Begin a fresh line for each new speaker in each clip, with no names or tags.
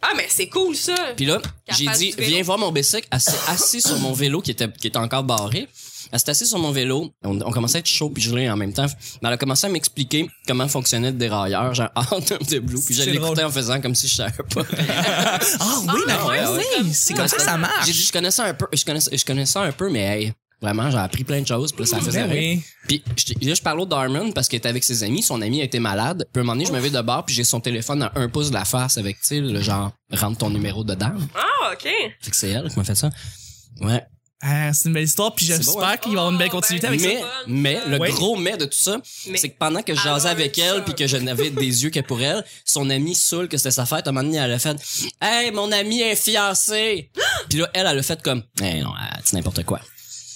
Ah, mais c'est cool ça.
Puis là,
Qu'elle
j'ai
fasse
dit,
du vélo.
viens voir mon bicycle. Elle s'est assise sur mon vélo qui était, qui était encore barré. Elle s'est assise sur mon vélo. On, on commençait à être chaud puis gelé en même temps. Mais elle a commencé à m'expliquer comment fonctionnait le dérailleur, genre out of the blue. Puis je
C'est
l'écoutais
drôle.
en faisant comme si je savais pas.
Ah oui,
Ah,
d'accord.
ouais, ouais.
oui, c'est comme ça que ça
Ah.
marche.
J'ai dit, je connaissais un peu, je connaissais, je connaissais un peu, mais hey, vraiment, j'ai appris plein de choses. Puis là, ça faisait
Ben
rire.
oui.
Puis je- là, je parle au Darman parce qu'il était avec ses amis. Son ami était malade. Puis à un moment donné, je me vais de bord puis j'ai son téléphone à un pouce de la face avec, tu sais, le genre, rentre ton numéro dedans.
Ah, ok.
Fait que c'est elle qui m'a fait ça. Ouais.
Ah, c'est une belle histoire, puis j'espère
C'est bon, hein?
qu'il va y avoir une belle continuité avec
mais,
ça.
mais, le
Ouais.
gros mais de tout ça,
Mais-
c'est que pendant que je jasais
Alors,
avec
ça.
elle puis que je n'avais des yeux que pour elle, son ami saoul que c'était sa fête, à un moment donné, elle a fait « Hey, mon ami est fiancé! » Puis là, elle, elle a fait comme « Hey, non, elle dit n'importe quoi. »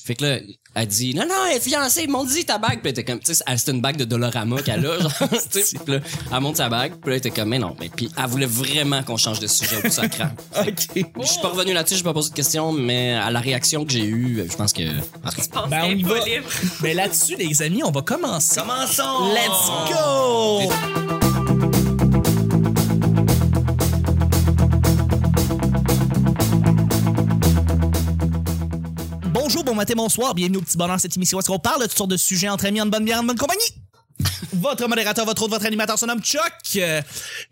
Fait que là, elle dit « Non, non, elle est fiancée, ils m'ont dit ta bague! » Puis elle était comme, tu sais, elle- c'était une bague de Dolorama qu'elle a, genre, tu sais, Puis là, elle monte sa bague, puis là, elle était comme « Mais non, mais puis elle voulait vraiment qu'on change de sujet au bout de sa crampe.
OK.
Je suis pas revenu là-dessus, j'ai pas posé de questions, mais à la réaction que j'ai eue, je pense que... en tout cas,
Je pense
Ben, on y
que c'est
va.
pas libre.
Mais là-dessus, les amis, on va commencer.
Commençons!
Let's go! Bonjour, bon matin, bonsoir, bienvenue au Petit Bonheur, cette émission où est-ce qu'on parle de toutes sortes de sujets entre amis, en bonne bière, en bonne compagnie. Votre modérateur, votre autre, votre animateur se nomme Chuck. Euh,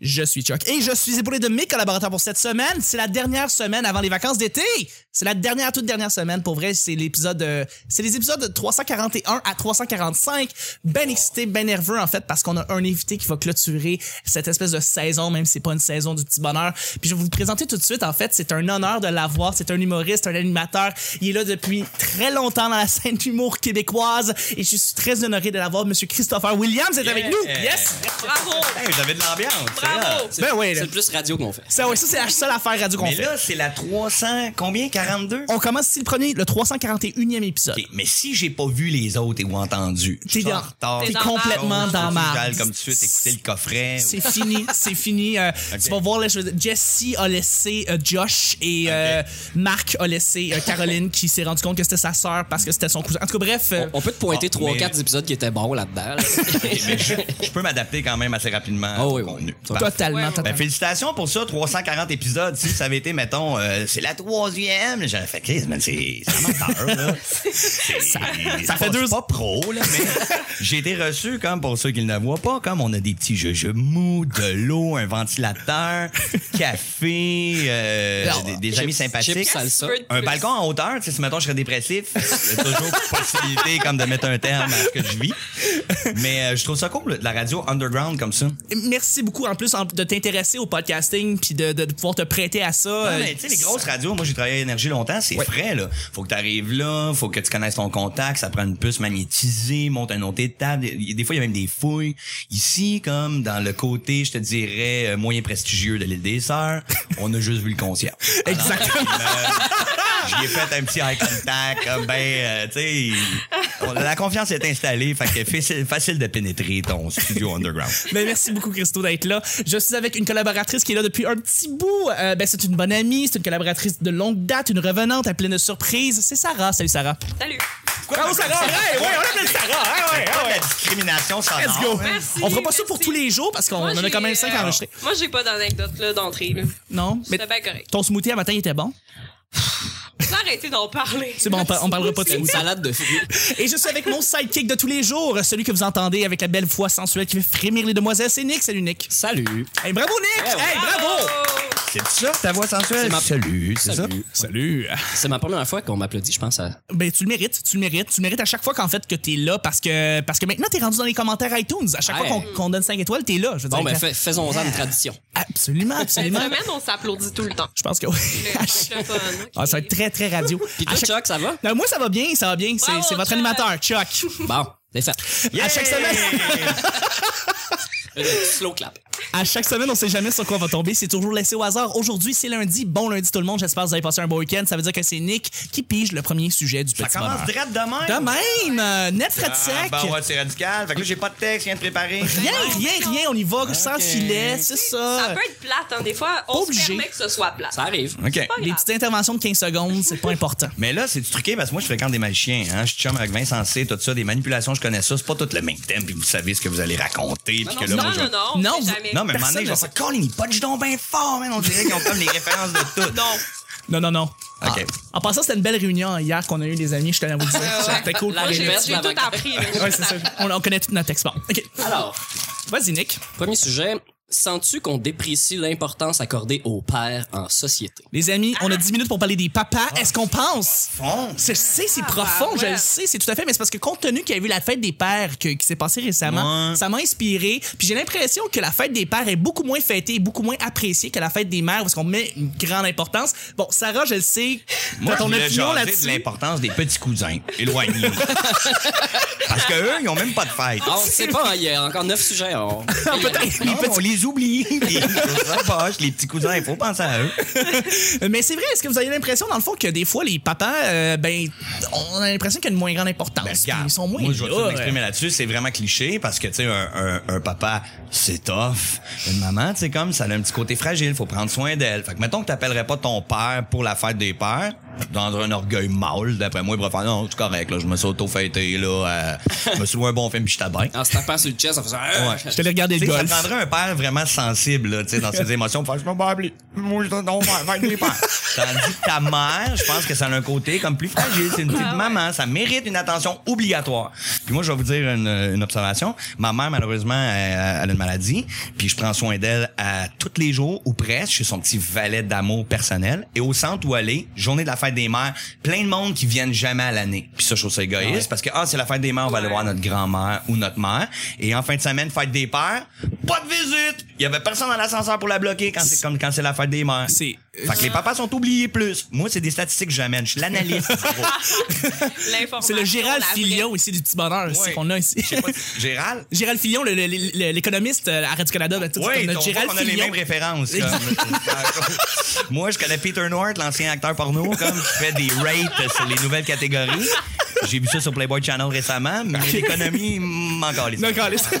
je suis Chuck. Et je suis épaulé de mes collaborateurs pour cette semaine. C'est la dernière semaine avant les vacances d'été. C'est la dernière, toute dernière semaine. Pour vrai, c'est l'épisode, euh, c'est les épisodes de 341 à 345. Ben excité, ben nerveux, en fait, parce qu'on a un invité qui va clôturer cette espèce de saison, même si c'est pas une saison du petit bonheur. Puis je vais vous le présenter tout de suite. En fait, c'est un honneur de l'avoir. C'est un humoriste, un animateur. Il est là depuis très longtemps dans la scène d'humour québécoise. Et je suis très honoré de l'avoir. Monsieur Christopher Williams est avec nous. Yes!
Bravo.
Hey, vous avez de l'ambiance.
Bravo.
c'est-
Ben oui, là.
c'est le plus radio qu'on fait.
Ça, ouais, ça, c'est la seule affaire radio qu'on
Mais
fait.
là, c'est la 300, combien? 42?
on commence ici le premier, le 341e épisode.
Ok, Mais si j'ai pas vu les autres et ou entendu, je
T'es
suis en
dans-
retard.
t'es
T'es dans
complètement
Chose,
dans
faut que
ma.
j'aille comme tout de suite écouter le coffret.
C'est fini, c'est fini. euh, Tu vas voir, là, je veux dire, Jesse a laissé euh, Josh et euh, Marc a laissé euh, Caroline qui s'est rendu compte que c'était sa sœur parce que c'était son cousin. En tout cas, bref. euh,
On peut te pointer
Ah,
trois
mais-
4 quatre épisodes qui étaient bons là-dedans. là.
Je peux m'adapter quand même assez rapidement
Ah
au
oui, oui.
contenu.
Ça-
Parfait.
Totalement,
Ouais,
totalement.
Ben, félicitations pour ça, 340 épisodes. Si ça avait été, mettons, euh, c'est la troisième, j'aurais fait crise, mais c'est c'est amateur, là. ça,
ça fait deux-
pas pro, là, mais j'ai été reçu, comme pour ceux qui ne le voient pas, comme on a des petits jeux mous, de l'eau, un ventilateur, café, euh,
Alors,
des, des amis sympathiques.
chips, salsa.
Qu'est-ce que tu veux de
Un
plus?
balcon en hauteur, tu sais, si mettons je serais dépressif, il y a toujours possibilité comme de mettre un terme à ce que je vis. Mais euh, je trouve ça cool, de la radio underground comme ça.
Merci beaucoup en plus en- de t'intéresser au podcasting puis de, de- de pouvoir te prêter à ça.
Ouais,
euh,
mais tu sais, les grosses radios, moi j'ai travaillé à Énergie longtemps, c'est frais, là. Faut que tu arrives là, faut que tu connaisses ton contact, ça prend une puce magnétisée, monte un autre étape. Des des fois, il y a même des fouilles. Ici, comme dans le côté, je te dirais, euh, moyen prestigieux de l'île des Sœurs, on a juste vu le concierge. euh,
Exactement.
J'y ai fait un petit eye contact, comme ben, euh, tu sais, on- la confiance est installée, fait que facile, facile de pénétrer ton studio underground.
Ben, merci beaucoup, Christo, d'être là. Je suis avec une collaboratrice qui est là depuis un petit bout. Euh, ben, c'est une bonne amie, c'est une collaboratrice de longue date, une revenante à pleine de surprises. C'est Sarah. Salut, Sarah.
Salut.
Bravo, Sarah! Hey, ouais, on appelle Sarah! Hey, ouais,
La discrimination sonore.
Let's go!
Merci,
on fera pas ça
Ah merci.
pour tous les jours parce qu'on
Moi,
en a
j'ai,
quand même cinq
euh,
enregistrés.
Moi, j'ai pas d'anecdote là, d'entrée. là.
Non? Mais
C'était bien correct.
ton smoothie à matin, il était bon.
Arrêtez d'en parler.
C'est bon, on, pa- on parlera pas de
C'est une
smoothie.
salade de fruits.
Et je suis avec mon sidekick de tous les jours, celui que vous entendez avec la belle voix sensuelle qui fait frémir les demoiselles. C'est Nick, salut Nick.
Salut.
Hey, bravo Nick!
Ouais, ouais.
Hey, bravo!
C'est ça, ta voix sensuelle?
C'est ma-
Salut, c'est ça?
Salut.
Salut!
C'est ma première fois qu'on m'applaudit, je pense. À...
Ben, tu le mérites, tu le mérites. Tu le mérites à chaque fois qu'en fait que t'es là parce que, parce que maintenant t'es rendu dans les commentaires iTunes. À chaque
Ouais.
fois qu'on- qu'on donne 5 étoiles, t'es là. Je veux dire,
Bon, ben,
quand-
fais- faisons-en une tradition.
Absolument,
Cette
absolument.
semaine, on s'applaudit tout le temps.
Je pense que oui.
Le- le fun, ok.
Ah, ça va être très, très radio.
Puis
À
toi,
chaque-
Chuck, ça va?
Non, moi, ça va bien, ça va bien. C'est
Bravo,
c'est votre
Chuck.
animateur, Chuck.
Bon, c'est fait.
À chaque semaine.
Euh, Slow clap.
À chaque semaine, on sait jamais sur quoi on va tomber. C'est toujours laissé au hasard. Aujourd'hui, c'est lundi. Bon lundi tout le monde. J'espère que vous avez passé un bon week-end. Ça veut dire que c'est Nick qui pige le premier sujet du
Ça
petit
commence
bonheur.
direct demain.
De même, euh, net fret
Ah,
sec.
ben ouais, c'est radical. Fait que là, j'ai pas de texte, rien de préparé.
Rien, rien, rien. On y va sans filet. C'est
Ça
ça.
peut être plate, hein. Des fois, on
obligé.
se permet que ce soit plate.
Ça arrive.
OK.
Pas
Les
grave.
petites interventions de 15 secondes, c'est pas important.
Mais là, c'est du truqué parce que moi, je fréquente des magiciens. Hein? Je suis chum avec Vincent C, tout ça, des manipulations, je connais ça. C'est pas tout le même thème, puis vous savez ce que vous allez raconter, puis que là,
non,
non, je-
non, non.
Non,
on sait
vous-
jamais.
Non, mais à un moment
Personne
donné, ils
ne
vont
sait.
faire Colin, ils punchent donc bien fort, man. On dirait qu'ils ont comme les références de tout.
Non.
Non, non, non.
Ok.
En passant, c'était une belle réunion hier qu'on a eu, les amis. Je tenais à vous dire.
Ah,
C'était cool.
La
Moi, j'ai
rivette,
j'ai
la
tout
vague.
appris. là. J'ai
Ouais,
tout
c'est ça.
appris.
On, on connaît toute notre texte. Bon, OK.
Alors,
Vas-y, Nick.
premier sujet. Sens-tu qu'on déprécie l'importance accordée aux pères en société?
Les amis,
Ah.
on a 10 minutes pour parler des papas.
Ah.
Est-ce qu'on pense?
Fonce.
Je sais, c'est
Ah,
profond,
bah,
je le
ouais.
sais, c'est tout à fait, mais c'est parce que compte tenu qu'il y a eu la fête des pères que- qui s'est passée récemment,
Ouais.
ça m'a inspiré. Puis j'ai l'impression que la fête des pères est beaucoup moins fêtée, beaucoup moins appréciée que la fête des mères, parce qu'on met une grande importance. Bon, Sarah, je le sais,
Moi,
t'as ton
je voulais
opinion
jaser de
là-dessus.
l'importance des petits cousins éloignés. Parce que eux, ils ont même pas de fête.
Ah, on sait pas, hein, il y a encore neuf sujets. on-
Ah, peut-être, les
Non, on les oublie. Les cousins poches, les petits cousins, il faut penser à eux.
petits- Mais c'est vrai, est-ce que vous avez l'impression, dans le fond, que des fois, les papas, euh, ben, on a l'impression qu'il y a une moins grande importance.
Ben,
puis
regarde,
ils sont moins
moi, je vais
là,
tout
euh.
m'exprimer là-dessus. C'est vraiment cliché parce que, tu sais, un, un- un papa, c'est tough. Une maman, tu sais, comme, ça a un petit côté fragile. Faut prendre soin d'elle. Fait que, mettons que t'appellerais pas ton père pour la fête des pères. Dans un orgueil mâle, d'après moi, il va faire, non, c'est correct, là, je me suis auto-fêté, là, euh, je me suis loué un bon film, puis j'étais bien.
En se tapant sur le chest, en faisant. euh,
Ouais.
Je te l'ai regardé le
Tu sais,
golf.
Ça prendrait un père vraiment sensible là, tu sais, dans ses émotions pour faire Je me bats, puis moi, je donne ton père, fais des pères. Tandis que ta mère, je pense que ça a un côté comme plus fragile. C'est une petite maman, ça mérite une attention obligatoire. Puis moi, je vais vous dire une, une observation. Ma mère, malheureusement, euh, elle, elle a une maladie, puis je prends soin d'elle à tous les jours ou presque. Je suis son petit valet d'amour personnel. Et au centre où elle est, journée de la fête des mères, plein de monde qui viennent jamais à l'année. Puis ça, je trouve ça égoïste parce que, ah, c'est la fête des mères, on va aller
Ouais.
voir notre grand-mère ou notre mère. Et en fin de semaine, fête des pères, pas de visite. Il y avait personne dans l'ascenseur pour la bloquer quand c'est comme quand c'est la fête des mères.
C'est- euh,
Fait que les papas sont oubliés plus. Moi, c'est des statistiques que j'amène. Je suis l'analyste. gros.
C'est le Gérald
Fillion.
Filion ici du petit bonheur, c'est
Ouais.
qu'on a ici.
Je sais pas si- Gérald?
Gérald Fillon, le- le- le- l'économiste euh, à Radio-Canada, ben, tu sais,
Oui,
c'est comme
on,
notre Gérald
on a les
Fillon.
mêmes références. comme. Moi, je connais Peter North, l'ancien acteur porno, comme qui fait des rates sur les nouvelles catégories. J'ai vu ça sur Playboy Channel récemment, mais l'économie m'encore les
Non, câlisse.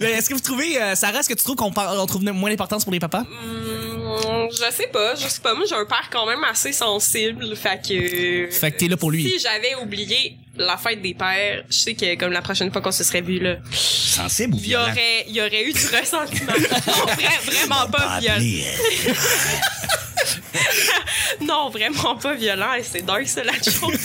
Mais est-ce que vous trouvez, euh, Sarah, est-ce que tu trouves qu'on par- on trouve moins d'importance pour les papas?
Mm.
Hmm, Je sais pas, je sais pas. Moi, j'ai un père quand même assez sensible. Fait que.
Fait que t'es là pour lui.
Si j'avais oublié la fête des pères, je sais que comme la prochaine fois qu'on se serait vu là,
Sensible ou
il y
violent?
aurait, il y aurait eu du ressentiment. Vra- vraiment pas violent.
appelé,
Non, vraiment pas violent. Et C'est dingue, ça, la chose.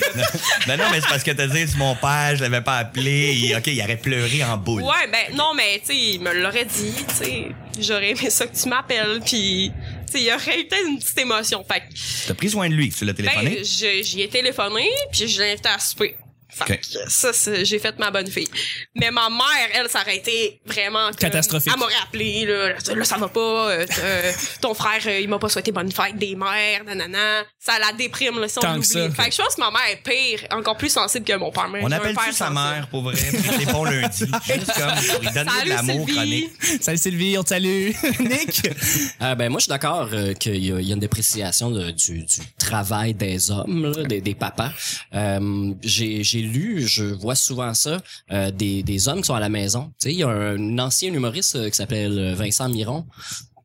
Ben non, mais c'est parce que t'as dit, c'est mon père, je l'avais pas appelé. Il- OK, il aurait pleuré en boule.
Ouais, ben non, mais tu sais, il me l'aurait dit, tu sais, j'aurais aimé ça que tu m'appelles, puis tu sais, il y aurait eu peut-être une petite émotion. Fait que,
T'as pris soin de lui, tu l'as téléphoné.
ben, je- j'y ai téléphoné, puis je l'ai invité à souper. Fait
Ok.
que ça, c'est- j'ai fait ma bonne fille. Mais ma mère, elle, ça aurait été vraiment... comme-
Catastrophique.
Elle m'aurait appelé, là, là, ça va pas, euh, t- euh, ton frère, euh, il m'a pas souhaité bonne fête des mères, nanana. Ça la déprime, là, si on
Tant
l'oublie.
que ça.
Fait que je pense que ma mère est pire, encore plus sensible que mon père. Moi,
On
j'ai un
appelle-tu
père
sa
sensible.
mère, pour vrai, puis c'est bon lundi. Juste comme pour lui donner
Salut,
de l'amour
Sylvie.
chronique.
Salut Sylvie, on te salue. Nick?
Euh, ben moi je suis d'accord euh, qu'il y, a- il y a une dépréciation de- du, du travail des hommes, là, des, des papas. Euh, J'ai j'ai lu, je vois souvent ça, euh, des, des hommes qui sont à la maison. Tu sais, il y a un ancien humoriste euh, qui s'appelle euh, Vincent Miron.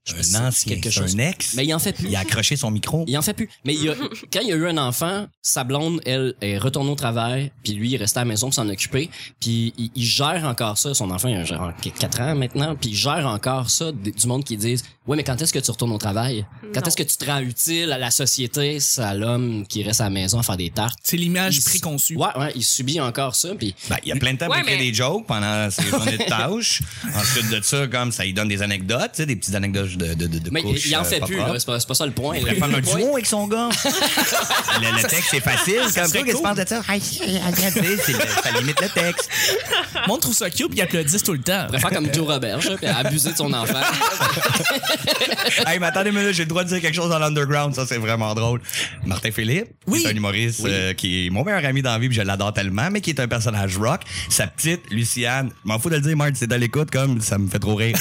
Je sais pas si ça
Un
dit
ancien, c'est un ex.
Mais il en fait plus.
Il a accroché son micro.
Il en fait plus. Mais il y a- quand il y a eu un enfant, sa blonde, elle, est retournée au travail, puis lui, il restait à la maison pour s'en occuper. Puis il, il gère encore ça. Son enfant, il a genre 4 ans maintenant, puis il gère encore ça d- du monde qui disent « Ouais, mais quand est-ce que tu retournes au travail? Quand
Non.
est-ce que tu te rends utile à la société, c'est à l'homme qui reste à la maison à faire des tartes? »
C'est l'image
Il-
préconçue.
Ouais, ouais, il subit encore ça, puis...
Ben, il y a plein de temps pour
Ouais,
écrire
mais-
des jokes pendant ses journées de tâches. Ensuite de ça, comme ça, il donne des anecdotes, tu sais, des petites anecdotes de, de, de, de
Mais
couches,
il, il en
euh,
fait
pas
plus,
propres.
là. C'est pas, c'est pas ça le point.
Il pourrait
Le
prendre un
point-
duo avec son gars. le, le texte est facile.
ça serait
Comme toi, qu'est-ce que tu
cool.
penses de ça? Aïe, aïe, aïe, aïe, c'est le- Ça limite le texte.
Le monde trouve ça cute puis ils applaudissent tout le temps.
il pourrait faire comme Joe Robert, puis abuser de son enfant.
Hey, mais attendez une minute, j'ai le droit de dire quelque chose dans l'underground, ça c'est vraiment drôle. Martin Philippe,
Oui.
qui est un humoriste euh, qui est mon meilleur ami dans la vie, puis je l'adore tellement, mais qui est un personnage rock. Sa petite, Luciane, je m'en fous de le dire, Marc, c'est à l'écoute, comme ça me fait trop rire.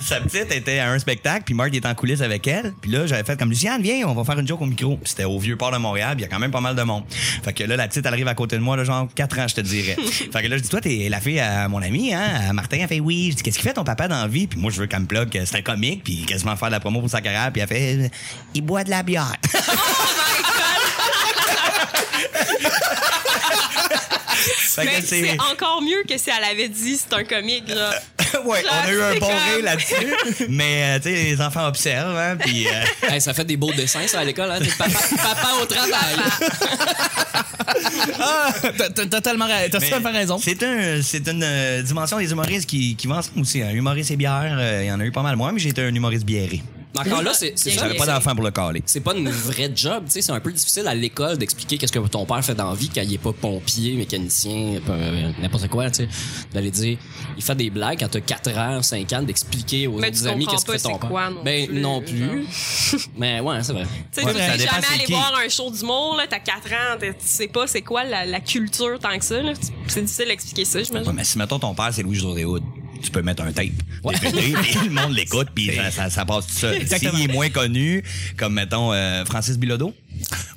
Sa petite était à un spectacle, puis Marc il était en coulisses avec elle. Puis là, j'avais fait comme Luciane, viens, on va faire une joke au micro. Puis c'était au vieux port de Montréal, puis il y a quand même pas mal de monde. Fait que là, la petite, elle arrive à côté de moi, là, genre 4 ans, je te dirais. fait que là, je dis, toi, t'es la fille à mon ami, hein, à Martin. Elle fait, oui. Je dis, qu'est-ce qu'il fait ton papa dans la vie? Puis moi, je veux qu'elle me plug, que c'est un comique, puis quasiment faire de la promo pour sa carrière. Puis elle fait, euh, il boit de la bière. Fait que
Mais
c'est-
c'est encore mieux que si elle avait dit c'est un comique, là.
ouais, on a eu un
C'est
bon
comme-
rire là-dessus. mais, euh, tu sais, les enfants observent, hein, puis... euh,
Hey, ça fait des beaux dessins, ça, à l'école. Hein? T'es Papa, papa au travail.
Ah, t'as- t'as totalement, ra- t'as
Mais
totalement raison.
C'est un, c'est une euh, dimension des humoristes qui, qui vont ensemble aussi. Un humoriste et bière, euh, il y en a eu pas mal. Moi, mais j'étais un humoriste biéré.
Mais Encore là, c'est c'est
Bien
ça,
J'avais
oui,
pas
c'est-
d'enfant pour le caler.
c'est pas une vraie job, tu sais, c'est un peu difficile à l'école d'expliquer qu'est-ce que ton père fait dans la vie quand il est pas pompier, mécanicien, pas- euh, n'importe quoi, tu sais, d'aller dire, il fait des blagues quand t'as 4 ans, 5 ans, d'expliquer aux
Mais
autres
tu
amis
comprends
qu'est-ce que
pas
fait ton
c'est
père.
quoi non
ben
plus,
non plus. Mais ouais, c'est vrai.
Tu sais,
Ouais,
tu
ça
sais
dépend
jamais
c'est
aller
qui.
voir un show d'humour, là, t'as 4 ans, t'es- tu sais pas c'est quoi la, la culture tant que ça, là. C'est difficile d'expliquer ça,
Ouais,
j'imagine.
mais si, mettons, ton père, c'est Louis José Hood, tu peux mettre un tape. DVD, puis le monde l'écoute, puis ça, ça- ça passe tout seul.
Exactement.
S'il est moins connu, comme, mettons, euh, Francis Bilodeau,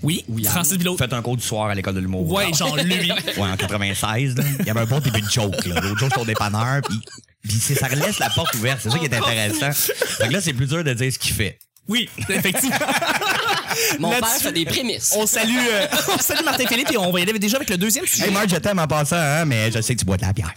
Oui, Francis Billot.
hein. faites un cours du soir à l'école de l'humour. Ah.
Ouais, genre lui.
Ouais, en 96, là, il y avait un bon début de joke. là. L'autre jour, sur dépanneur, puis puis c'est- ça laisse la porte ouverte. C'est ça
Oh
qui est intéressant. Fait que là, c'est plus dur de dire ce qu'il fait.
Oui, effectivement.
Mon père
Là-dessus-
fait des prémices.
On salue, euh, on salue Martin Philippe et on va y aller déjà avec le deuxième sujet.
Hey Marc, je t'aime en passant, hein, mais je sais que tu bois de la bière.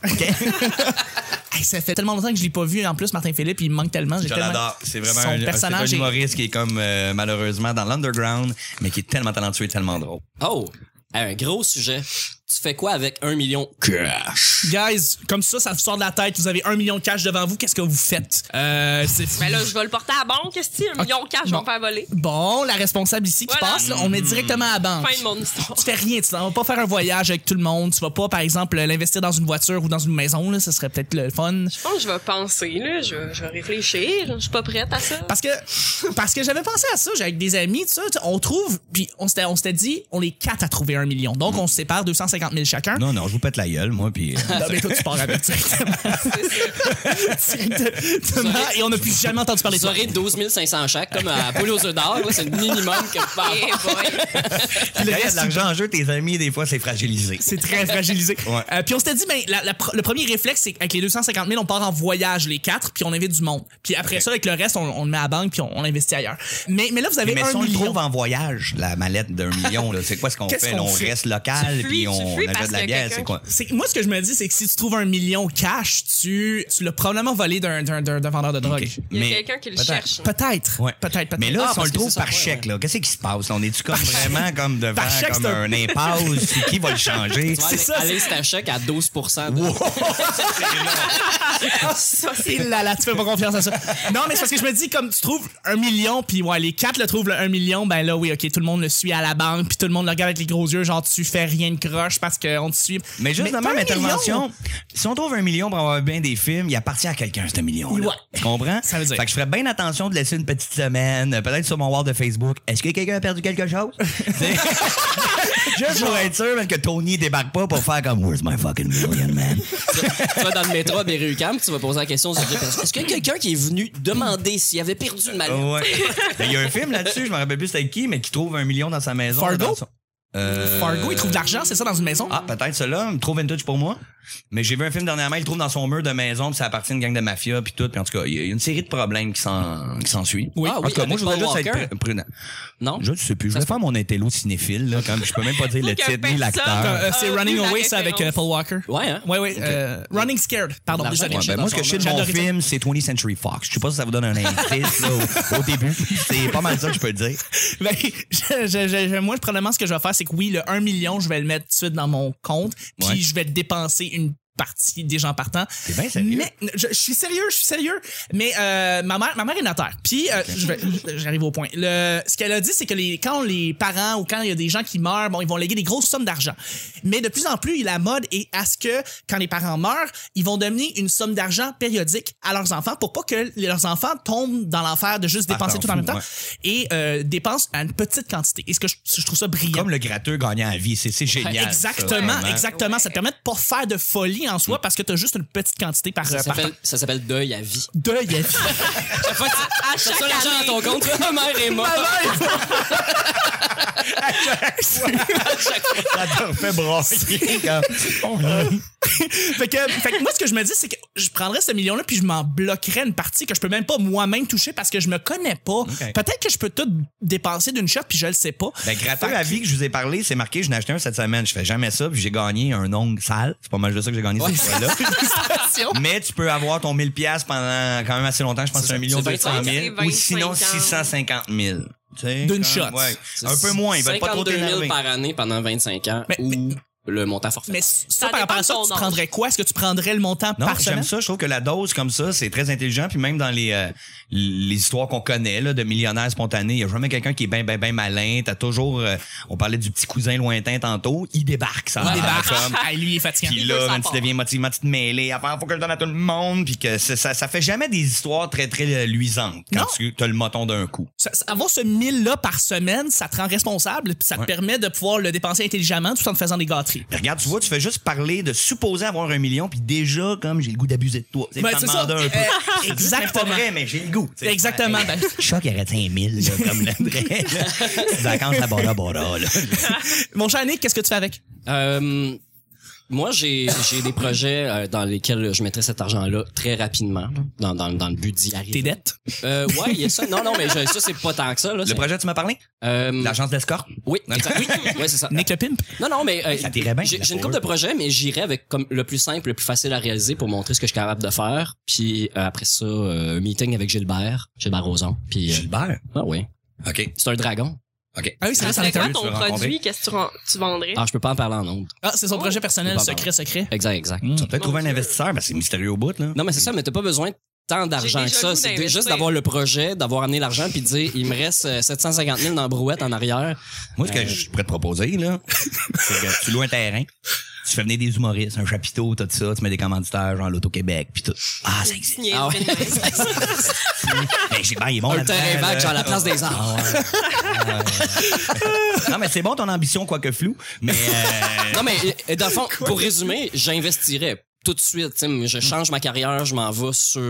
Hey, ça fait tellement longtemps que je l'ai pas vu. En plus, Martin Philippe, il me manque tellement. j'ai
Je
tellement-
l'adore. C'est vraiment
Son
un,
personnage
c'est un
est-
humoriste qui est comme euh, malheureusement dans l'underground, mais qui est tellement talentueux et tellement drôle.
Oh, un gros sujet. Tu fais quoi avec un million cash?
Guys, comme ça, ça vous sort de la tête. Vous avez un million de cash devant vous. Qu'est-ce que vous faites? Euh, c'est...
Mais Ben là, je vais le porter à la banque, qu'est-ce que c'est? Un million de cash, je vais
bon.
me faire voler.
Bon, la responsable ici qui
Voilà.
passe, là, on met directement à la banque.
Fin de mon histoire.
Tu fais rien, tu vas pas faire un voyage avec tout le monde, tu vas pas, par exemple, l'investir dans une voiture ou dans une maison, là, ce serait peut-être le fun.
Je pense que je vais penser, là. Je, vais- je vais réfléchir. Je suis pas prête à ça.
Parce que, parce que j'avais pensé à ça, j'ai- avec des amis, tout ça, tu sais, on trouve, puis on s'était, on s'était dit, on est quatre à trouver un million. Donc, on se sépare 250 000 chacun.
Non, non, je vous pète la gueule, moi, puis. euh,
Non, mais toi, tu pars avec directement. Directement, et on n'a plus jamais entendu parler
Les
de toi.
aurez 12 500 chaque, comme à Poule aux œufs d'or, là, c'est le minimum que tu peux avoir.
Eh boy.
Quand il y a de l'argent en jeu, tes amis, des fois, c'est fragilisé.
C'est très fragilisé.
Ouais.
Euh, puis on s'était dit, ben, la- la pr- le premier réflexe, c'est qu'avec les 250 000, on part en voyage, les quatre, puis on invite du monde. Puis après ça, avec le reste, on, on le met à la banque, puis on, on investit ailleurs. Mais, mais là, vous avez
Mais
un
si on le
million.
trouve en voyage, la mallette d'un million, là, c'est quoi ce qu'on
Qu'est-ce
fait?
qu'on
là? on
fait?
reste local,
Tu fuis,
puis
tu
on
fuis
achète
parce
de la
que
bière,
quelqu'un
c'est quoi?
C'est- Moi, ce que je me dis, c'est que si tu trouves un million cash, tu, tu l'as probablement volé d'un, d'un, d'un- d'un vendeur de drogue.
Ok.
Il y a
Mais-
quelqu'un qui le
Peut-être.
cherche. hein.
Peut-être.
Ouais.
Peut-être, peut-être.
Mais là,
Ah,
si on
parce
le
que
trouve
c'est ça,
par
ouais,
chèque, là, qu'est-ce qui se passe? On est-tu comme vraiment comme devant
Par chèque,
comme
c'est un-
un impasse? C'est qui va le
Tu
changer?
vas
C'est
aller-
ça, c'est-
aller c'est un chèque à 12 de...
Ah,
ça, c'est là, là, tu fais pas confiance à ça. Non, mais c'est parce que je me dis, comme tu trouves un million, puis ouais, les quatre le trouvent le un million, ben là, oui, ok, tout le monde le suit à la banque, puis tout le monde le regarde avec les gros yeux, genre, tu fais rien de croche parce qu'on te suit.
Mais juste dans
t'as
même
un million!
intervention, si on trouve un million pour avoir bien des films, il appartient à quelqu'un, ce million.
Ouais.
Tu comprends?
Ça veut dire.
Fait que je ferais bien attention de laisser une petite semaine, euh, peut-être sur mon wall de Facebook. Est-ce que quelqu'un a perdu quelque chose? Juste pour être sûr man, que Tony débarque pas pour faire comme Where's my fucking million, man?
tu vas dans le métro à Berry-UQAM, tu vas poser la question aux autres personnes. Est-ce qu'il y a quelqu'un qui est venu demander s'il avait perdu le mallette?
Ouais. Ben, Il y a un film là-dessus, je me rappelle plus c'était qui, mais qui trouve un million dans sa maison.
Fargo?
dans son- Euh,
Fargo, il trouve de l'argent, c'est ça, dans une maison?
Ah, peut-être cela, trop vintage pour moi. Mais j'ai vu un film dernièrement, il le trouve dans son mur de maison, puis ça appartient à une gang de mafia, puis tout. Puis en tout cas, il y a une série de problèmes qui s'en qui s'ensuit.
Oui. Ah
en
oui,
tout cas, moi,
avec
je voudrais
Paul
juste
Walker.
être pr- prudent.
Non?
Je ne sais plus, je
Ça
vais
se
faire mon intello cinéphile, là, quand je peux même pas dire le
Faut que
titre ni
personne-
l'acteur.
Euh, c'est
Ah,
Running
oui, la
Away, ça, avec euh,
référence.
Paul Walker.
Ouais, hein?
Ouais, ouais. euh, running Scared, pardon,
L'argent
désolé.
qu'on
Ouais, ben,
dans
moi, ce que je sais de mon
J'adorais ça.
film, c'est 20th Century Fox. Je sais pas si ça vous donne un indice là, au, au début. C'est pas mal ça que je peux dire.
Ben, je- je- je- moi, probablement, ce que je vais faire, c'est que oui, le 1 million, je vais le mettre tout de suite dans mon compte, puis
Ouais.
je vais dépenser une partie des gens partant.
T'es bien sérieux?
Mais je, je suis sérieux, je suis sérieux. Mais euh, ma mère, ma mère est notaire. Puis euh, je vais- j'arrive au point. Le, ce qu'elle a dit, c'est que les, quand les parents ou quand il y a des gens qui meurent, bon, ils vont léguer des grosses sommes d'argent. Mais de plus en plus, la mode est à ce que quand les parents meurent, ils vont donner une somme d'argent périodique à leurs enfants pour pas que leurs enfants tombent dans l'enfer de juste
Ah,
dépenser
t'en
tout en même
fous,
temps et euh, dépensent à une petite quantité. Et ce que je, je trouve ça brillant.
Comme le gratteux gagnant à vie, c'est c'est génial. ça,
Exactement,
vraiment. Mm.
exactement. Ça te permet de pas faire de folie en soi parce que t'as juste une petite quantité par,
Ça
euh, par
s'appelle- ça s'appelle deuil à vie.
deuil à vie.
À chaque
T'as ça l'argent
année.
dans ton compte, ma mère est morte.
Ça te refait brasser. oh,
fait, que, fait que moi, ce que je me dis, c'est que je prendrais ce million-là puis je m'en bloquerais une partie que je peux même pas moi-même toucher parce que je me connais pas. Peut-être que je peux tout dépenser d'une shot puis je le sais pas.
Ben, gratteux à vie que je vous ai parlé, c'est marqué, je n'ai acheté un cette semaine. Je fais jamais ça, puis j'ai gagné un ongle sale. C'est pas mal de ça que j'ai gagné cette fois-là. Mais tu peux avoir ton 1000 pièces pendant quand même assez longtemps. Je pense que c'est un million
c'est
deux cent mille.
25
Ou sinon
000.
650 000. Tu sais,
D'une
comme-
shot.
ouais. Un peu moins. Ils veulent pas trop
52 000
t'énerver.
par année pendant 25 ans
Mais-
ou le montant forfait.
Mais ça,
Ça
par rapport à ça,
dépend de
tu
ton
prendrais quoi? Est-ce que tu prendrais le montant
Non,
par semaine?
j'aime ça. Je trouve que la dose comme ça, c'est très intelligent. Puis même dans les, euh, les histoires qu'on connaît là, de millionnaires spontanés, il y a jamais quelqu'un qui est ben, ben, ben malin. T'as toujours... euh, on parlait du petit cousin lointain tantôt. Il débarque. Ça
Il
va
débarque.
comme-
Ah, lui, il est fatiguant.
Puis
Il veut
là,
sa
man, tu
part.
deviens motivement, tu te mêles. Après, faut que je donne à tout le monde. Puis que ça, ça, ça fait jamais des histoires très, très euh, luisantes quand
Non.
tu as le moton d'un coup.
Ça- ça- avoir ce 1000 là par semaine, ça te rend responsable puis ça te permet de pouvoir le dépenser intelligemment tout en te faisant des gâteries.
Mais regarde, tu vois, tu fais juste parler de supposer avoir un million, puis déjà, comme j'ai le goût d'abuser de toi.
Ben,
ça
c'est
me
ça.
demande un peu.
Euh,
C'est juste, c'est pas
exactement.
vrai, mais j'ai le goût. tu sais.
Exactement. Ben,
Choc, il arrête 5000, là, comme l'André. Vacances à Bora Bora, là.
mon cher Nick, qu'est-ce que tu fais avec?
Euh, moi, j'ai j'ai des projets euh, dans lesquels je mettrais cet argent-là très rapidement, dans, dans, dans le but d'y arriver.
Tes dettes?
Euh, ouais, il y a ça. Non, non, mais je- ça, c'est pas tant que ça. Là,
Le
C'est-
projet, tu m'as parlé?
euh,
L'agence d'escorte?
Oui, exact. oui, ouais, c'est ça.
Nick le pimp?
Non, non, mais euh,
Ça t'irait bien,
j'ai
la
j'ai une
fourrure.
couple de projets, mais j'irai avec comme le plus simple, le plus facile à réaliser pour montrer ce que je suis capable de faire. Puis euh, après ça, euh, meeting avec Gilbert, Gilbert Rozon. Puis euh,
Gilbert.
ah oui,
OK.
c'est un dragon.
OK.
Ah oui, c'est vrai, ça
C'est quoi
m'intéresse.
tu
ton
veux rencontrer?
produit? Qu'est-ce que tu, ren- tu vendrais?
Ah, je peux pas en parler en ondes.
Ah, c'est son projet personnel,
Pas mal.
secret, secret.
Exact, exact.
Tu vas peut-être trouver un investisseur, ben c'est mystérieux au bout, là.
Non, mais c'est ça, mais t'as pas besoin de tant d'argent
J'ai
que
déjà
ça.
le goût
C'est
d'investir.
juste d'avoir le projet, d'avoir amené l'argent, puis de dire, il me reste euh, 750 000 dans la brouette en arrière.
Moi, ce que je pourrais te proposer, là, c'est que tu loues un terrain, tu fais venir des humoristes, un chapiteau, tout ça, tu mets des commanditaires, genre l'Auto-Québec, puis tout. Ah, ça existe.
Niaise,
Ah ouais.
ben, niaise.
Ben, j'ai- ben, il est bon
Un
là-dedans,
terrain vague,
là.
genre la place des arts.
Ah ouais. Ah ouais. non, mais c'est bon ton ambition, quoique floue, mais... euh,
Non, mais euh, dans le fond, pour résumer, j'investirais tout de suite. tu sais, Je change ma carrière, je m'en vais sur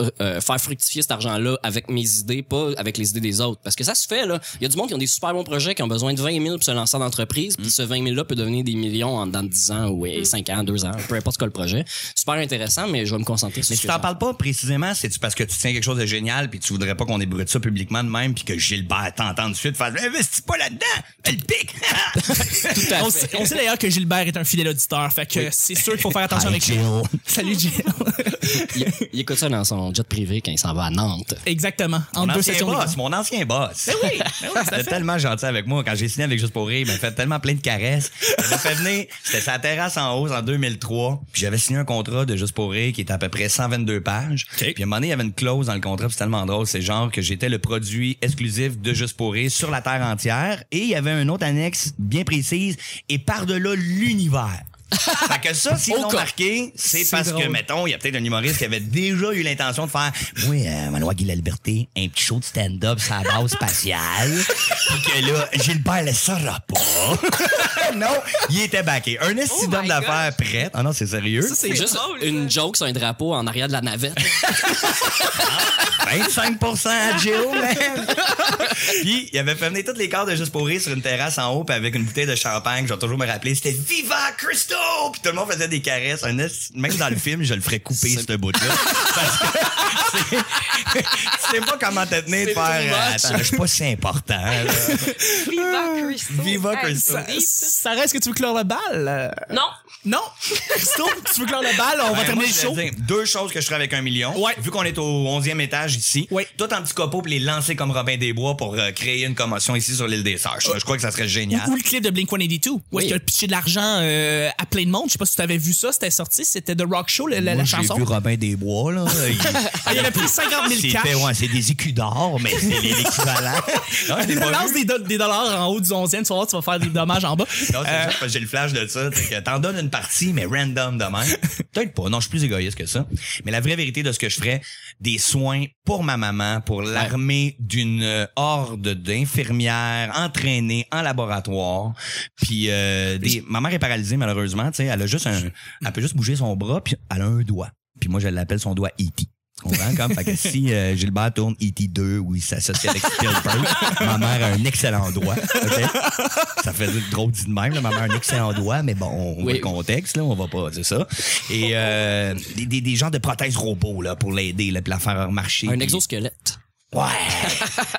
euh, euh, faire fructifier cet argent-là avec mes idées, pas avec les idées des autres. Parce que ça se fait, là. Il y a du monde qui ont des super bons projets, qui ont besoin de 20 000 pour se lancer en entreprise,
Mm.
puis ce 20 000-là peut devenir des millions en, dans 10 ans ou 5 ans, 2 ans, peu importe quoi le projet. Super intéressant, mais je vais me concentrer sur
Mais
ce
tu
que
t'en
j'ai
parles pas précisément, c'est-tu parce que tu tiens quelque chose de génial puis tu voudrais pas qu'on débrute ça publiquement de même puis que Gilbert t'entende de suite faire « Investis pas là-dedans! Elle pique!
Tout à
On
fait.
sait, on sait d'ailleurs que Gilbert est un fidèle auditeur, fait que c'est sûr qu'il faut faire » attention avec lui.
Jill.
Salut Jill.
Il, il écoute ça dans son jet privé quand il s'en va à Nantes.
Exactement. En
Mon
deux
ancien
sessions. Ben de
boss,
gras.
mon ancien boss. Ben oui,
Ben
C'était tellement gentil avec moi. Quand j'ai signé avec Juste pour rire, il m'a fait tellement plein de caresses. Il m'a fait venir, c'était sa terrasse en hausse en 2003. Puis j'avais signé un contrat de Juste pour rire qui était à peu près 122 pages. Puis à un moment donné, il y avait une clause dans le contrat, puis c'est tellement drôle. C'est genre que j'étais le produit exclusif de Juste pour rire sur la terre entière. Et il y avait une autre annexe bien précise. Et par-delà l'univers. fait que ça, s'ils
Au
l'ont
cas.
marqué, c'est
C'est
parce
drôle.
que, mettons, il y a peut-être un humoriste qui avait déjà eu l'intention de faire Oui, euh, Manoir Guy Liberté, un petit show de stand-up sur la base spatiale. Puis que là, Gilbert le saura pas. non, il était backé. Un
Oh
estidome
my
d'affaires prête. Ah non, c'est sérieux.
Ça,
C'est
c'est
juste
drôle,
une joke sur un drapeau en arrière de la navette.
25 à Jill, man. Puis, il avait fait venir toutes les cartes de Juste pour rire sur une terrasse en haut, puis avec une bouteille de champagne, je vais toujours me rappeler, c'était Viva Christo! Puis tout le monde faisait des caresses. Un esti- Même dans le film, je le ferais couper, ce bout-là. Parce que c'est- tu sais pas comment te tenir de
C'est
faire.
too
euh,
much.
Attends, je suis pas si important. là.
Viva Christo.
Viva Christo.
Hey, deep.
Ça reste que tu veux clore le bal? euh?
Non,
Non! Christo, tu veux clore le bal? On va
Ben,
terminer le
moi, je
show.
vais dire Deux choses que je ferais avec un million.
Ouais.
Vu qu'on est au 11e étage ici,
Ouais.
tout en petit copeaux pour les lancer comme Robin des Bois pour euh, créer une commotion ici sur l'île des Sœurs.
Euh,
Je, je crois que ça serait génial.
Ou, ou le clip de Blink 182, où
Oui.
est-ce qu'il a pitché de l'argent euh, à plein de monde. Je sais pas si tu avais vu ça, c'était sorti, c'était The Rock Show, la, la- la
Moi,
chanson.
J'ai vu Robin des Bois, là. Il,
Ah, il avait pris 50 000
C'était-
cash.
ouais, c'est des écus d'or, mais c'est les- l'équivalent. non, je l'ai
Il
pas
lance
vu.
des, do- des dollars en haut du 11e, tu vas voir, tu vas faire des dommages en bas.
Non, c'est juste parce que j'ai le flash de ça. t'sais, que T'en donnes une partie, mais random de même. Peut-être pas. Non, je suis plus égoïste que ça. Mais la vraie vérité de ce que je ferais, des soins pour ma maman, pour l'armée d'une euh, horde d'infirmières entraînées en laboratoire. Puis euh, des... ma mère est paralysée malheureusement. t'sais, elle a juste un, elle peut juste bouger son bras puis elle a un doigt. Puis moi je l'appelle son doigt E.T. Tu comprends? Comme, fait que si euh, Gilbert tourne E.T. 2 ou il s'associe avec Spielberg, ma mère a un excellent droit. OK? Ça fait drôle dit de même, là, ma mère a un excellent doigt, mais bon, on
Oui.
voit le contexte, là, on va pas dire ça. Et euh, des, des, des genres de prothèses robots là, pour l'aider, là, puis la faire marcher.
Un
puis-
exosquelette.
Ouais!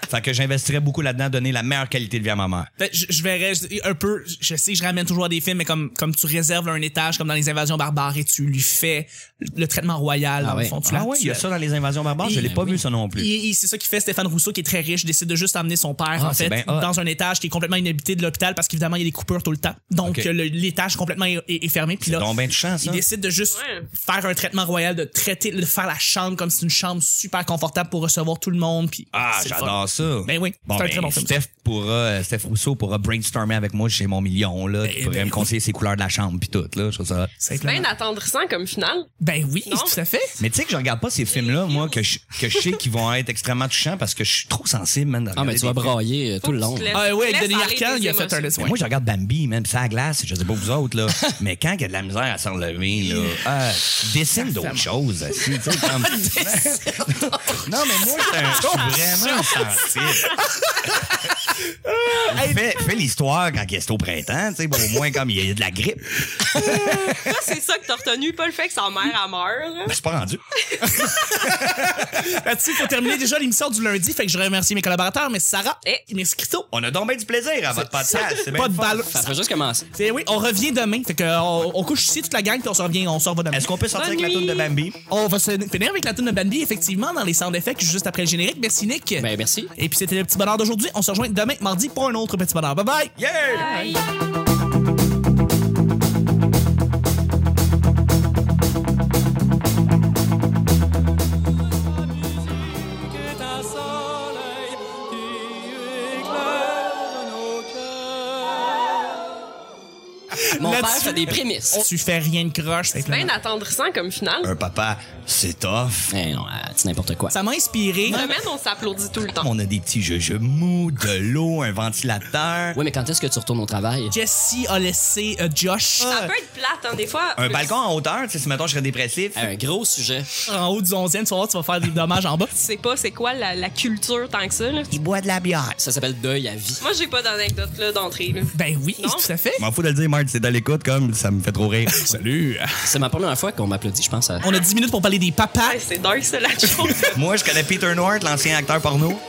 fait que j'investirais beaucoup là-dedans, donner la meilleure qualité de vie à ma mère.
Ben, je, je verrais je- un peu, je sais, je ramène toujours à des films, mais comme, comme tu réserves un étage, comme dans les invasions barbares, et tu lui fais le traitement royal,
Ah
dans le
ouais.
fond. Tu
Ah
la-
ouais,
tu Eh
il y a
la-
ça dans les invasions barbares, je l'ai
Ben
pas
oui.
vu ça non plus.
Il- il- c'est ça qui fait Stéphane Rousseau, qui est très riche, décide de juste emmener son père,
Ah,
en
c'est
fait,
bien hot.
dans un étage qui est complètement inhabité de l'hôpital parce qu'évidemment, il y a des coupures tout le temps. Donc,
Ok.
euh, le- l'étage complètement est, est- est fermé. Puis là,
Donc, ben de chance,
il décide de juste
Ouais.
faire un traitement royal, de traiter, de faire la chambre comme si c'était une chambre super confortable pour recevoir tout le monde. Puis,
Ah,
c'est le fun.
j'adore ça.
Ben oui,
Bon,
c'est un
ben,
très bon film.
Steph pourra, euh, Steph Rousseau pourra brainstormer avec moi chez mon million, là. Il pourrait
ben-
me conseiller ses couleurs de la chambre pis tout, là. Je trouve ça.
C'est bien attendrissant comme finale.
Ben oui,
Ben Non,
tout
mais-
à fait.
Mais tu sais que je regarde pas ces films-là, moi, que je, que je sais qu'ils vont être extrêmement touchants parce que je suis trop sensible, man. de
Ah, mais
regarder
tu vas
des films.
brailler euh, tout le long.
Faut que tu te
Ah ouais,
laisses
Denis
aller
Arcand,
tes
il a fait
émotions.
un dessin.
Mais Moi, je regarde Bambi, même ça à glace, je sais pas vous autres, là. mais quand il y a de la misère à s'enlever, là, euh, dessine d'autres choses. si, tu sais, comme- non, mais moi, je suis un- je suis vraiment sensible. fais, fais l'histoire quand c'est au printemps, tu sais, bon, au moins comme il y a de la grippe.
Toi, Ah, c'est ça que t'as retenu, pas le fait que sa mère a meurt.
Ben, c'est pas rendu.
Là-dessus, faut terminer déjà l'émission du lundi. Fait que je remercie mes collaborateurs, mais Sarah
Eh.
et mes scritos.
On a donc bien du plaisir à votre podcast. c'est bien
Pas de
le fun.
balle.
Ça fait juste commencer.
Eh oui, on revient demain. Fait que euh, on, on couche ici toute la gang puis on se revient, on se revoit demain.
Est-ce qu'on peut sortir
Bonne
avec la toune de
nuit.
Bambi?
On va se finir avec la tune de Bambi effectivement dans les sound effects juste après le générique. Merci Nick.
Ben, merci.
Et puis c'était le petit bonheur d'aujourd'hui. On se rejoint demain mardi pour un autre petit bonheur. Bye bye.
Yeah!
Bye.
Mon père
Là-dessus-
fait des prémices.
Tu fais rien de croche. fait que là-
Bien attendrissant Ben, comme finale.
Un papa, c'est tough.
Eh non, euh, c'est n'importe quoi.
Ça m'a inspiré.
Demain, on s'applaudit tout le temps.
On a des petits jeux mous, de l'eau, un ventilateur.
Oui, mais quand est-ce que tu retournes au travail?
Jessie a laissé euh, Josh
Ça peut être plate, hein, des fois.
Un
le-
balcon en hauteur, tu sais, si maintenant je serais dépressif.
Un gros sujet.
en haut du 11e. Tu vas voir, tu vas faire des dommages en bas.
Tu sais pas c'est quoi la, la culture tant que ça, là.
Il boit de la bière.
Ça s'appelle deuil à vie.
Moi, j'ai pas d'anecdote, là, d'entrée, là.
Ben oui,
Non.
tout à fait.
M'en fous de le dire, Marc, c'est dans l'écoute, comme ça me fait trop rire.
Salut.
C'est ma première fois qu'on m'applaudit, je pense. À...
On a 10 minutes pour parler des papas.
Hey, c'est dark, c'est la chose.
Moi, je connais Peter North, l'ancien acteur porno.